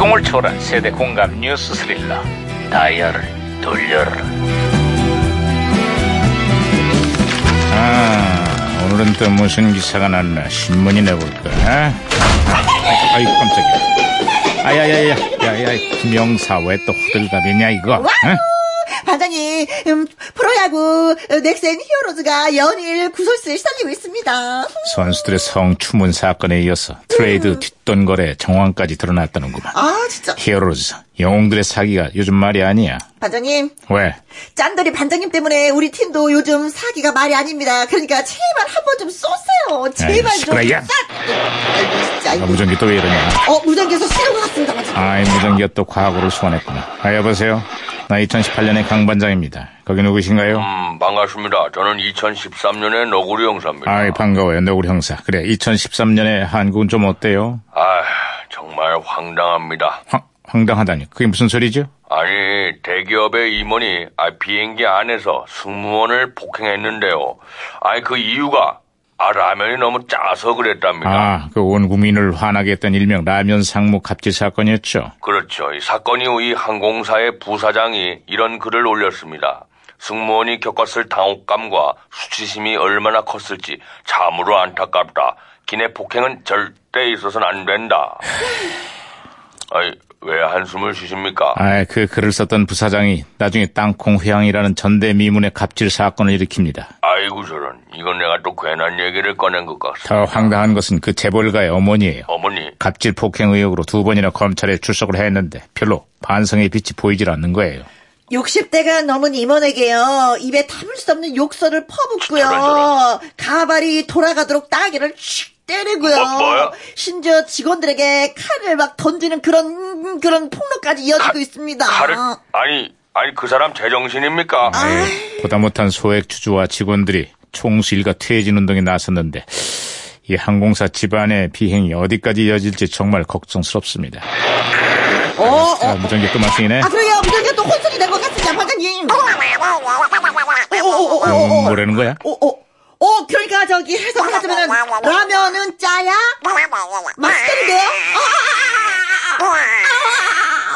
감동을 초월한 세대 공감 뉴스 스릴러 다이얼을 돌려라 아 오늘은 또 무슨 기사가 났나 신문이나 볼까 아? 아이 깜짝이야 아야야야 야야 김영사 왜 또 호들갑이냐 이거 응? 반장님, 음, 프로야구 어, 넥센 히어로즈가 연일 구설수에 시달리고 있습니다. 선수들의 성추문 사건에 이어서 트레이드 뒷돈 거래 정황까지 드러났다는구만 아, 진짜. 히어로즈 영웅들의 사기가 요즘 말이 아니야 반장님, 왜? 짠돌이 반장님 때문에 우리 팀도 요즘 사기가 말이 아닙니다. 그러니까 제발 한 번 좀 쏘세요. 제발 아이고, 좀. 시끄러워, 야. 싹! 아이고, 진짜. 아, 아이고. 무전기 또 왜 이러냐 어, 무전기에서 신호가 왔습니다, 반장님. 아이 무전기가 또 과거를 소환했구나. 아 여보세요. 나 2018년의 강 반장입니다. 거기 누구신가요? 음, 반갑습니다. 저는 2013년의 너구리 형사입니다. 아이 반가워요. 너구리 형사. 그래 2013년에 한국은 좀 어때요? 아, 정말 황당합니다. 황, 황당하다니. 그게 무슨 소리죠? 아니, 대기업의 임원이 아, 비행기 안에서 승무원을 폭행했는데요. 아니, 그 이유가 아, 라면이 너무 짜서 그랬답니다. 아그 온 국민을 화나게 했던 일명 라면 상무 갑질 사건이었죠. 그렇죠. 이 사건 이후 이 항공사의 부사장이 이런 글을 올렸습니다. 승무원이 겪었을 당혹감과 수치심이 얼마나 컸을지 참으로 안타깝다. 기내 폭행은 절대 있어서는 안 된다. 아이, 왜 한숨을 쉬십니까? 아이 그 글을 썼던 부사장이 나중에 땅콩 회항이라는 전대미문의 갑질 사건을 일으킵니다. 아이고 저런, 이건 내가 또 괜한 얘기를 꺼낸 것 같습니다. 더 황당한 것은 그 재벌가의 어머니예요. 어머니, 갑질 폭행 의혹으로 두 번이나 검찰에 출석을 했는데 별로 반성의 빛이 보이질 않는 거예요. 60대가 넘은 임원에게요, 입에 담을 수 없는 욕설을 퍼붓고요, 저런, 가발이 돌아가도록 따귀를 칙 때리고요, 뭐, 뭐요? 심지어 직원들에게 칼을 막 던지는 그런, 그런 폭로까지 이어지고 칼- 있습니다. 칼을, 아니, 아니 그 사람 제정신입니까? 아. 보다 못한 소액 주주와 직원들이 총수 일가 퇴진 운동에 나섰는데 이 항공사 집안의 비행이 어디까지 이어질지 정말 걱정스럽습니다. 어, 자, 어. 무전기 또 말씀이네. 아, 그러게요. 무전기 또 혼선이 된 것 같습니다, 반장님. 아. 어, 어, 어, 어, 어, 음, 어. 뭐라는 거야? 어, 어. 어, 그러니까 저기 해석하자면 라면은 짜야? 맛있겠는데요? 아, 아, 아, 아,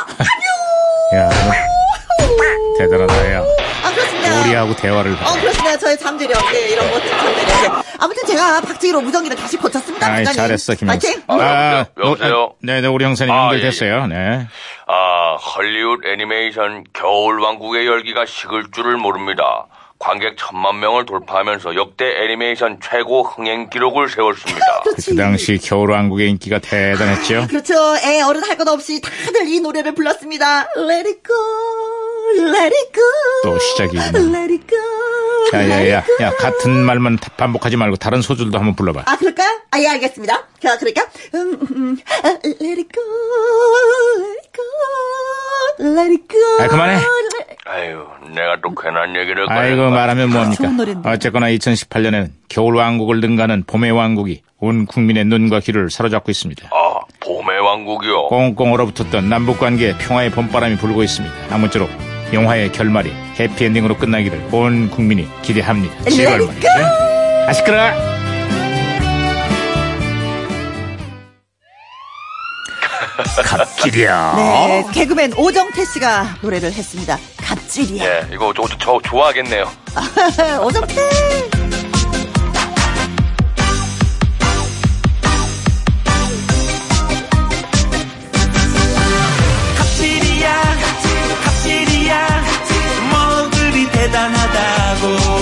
야, 너 대단하다, 야. 아, 아, 그렇습니다. 우리하고 대화를 어, 봐. 그렇습니다. 저의 잠재력. 네, 이런 멋진 잠재력. 네. 아무튼 제가 박지희로 무전기를 다시 고쳤습니다. 아이, 부장님. 잘했어, 김영수. 파이팅! 아, 여보세요? 여보세요? 네, 네, 우리 형사님 아, 연결됐어요. 네. 아, 헐리우드 애니메이션 겨울왕국의 열기가 식을 줄을 모릅니다. 관객 천만 명을 돌파하면서 역대 애니메이션 최고 흥행 기록을 세웠습니다. 그렇지. 그 당시 겨울왕국의 인기가 대단했죠. 그렇죠. 애 어른 할 것 없이 다들 이 노래를 불렀습니다. Let it go, let it go. 또 시작이구나. Let it go. 야, 야, let 야, it go. 야, 같은 말만 반복하지 말고 다른 소절도 한번 불러봐. 아, 그럴까요? 아, 예, 알겠습니다. 자, 그럴까? 음, 음, 아, let it go, let it go, let it go. 아, 그만해. let- 아유, 내가 또 괜한 얘기를 아이고 꺼냈다. 말하면 뭐합니까? 좋은 노래인데. 어쨌거나 2018년에는 겨울 왕국을 능가하는 봄의 왕국이 온 국민의 눈과 귀를 사로잡고 있습니다. 아, 봄의 왕국이요. 꽁꽁 얼어붙었던 남북 관계에 평화의 봄바람이 불고 있습니다. 아무쪼록 영화의 결말이 해피엔딩으로 끝나기를 온 국민이 기대합니다. 제발 Let it 말이죠. 아 시끄러. 갑질이야. 네, 개그맨 오정태 씨가 노래를 했습니다. 갑질이야. 예, 이거 저, 저, 저 좋아하겠네요. 오정태! 갑질이야 갑질이야 뭐그리 대단하다고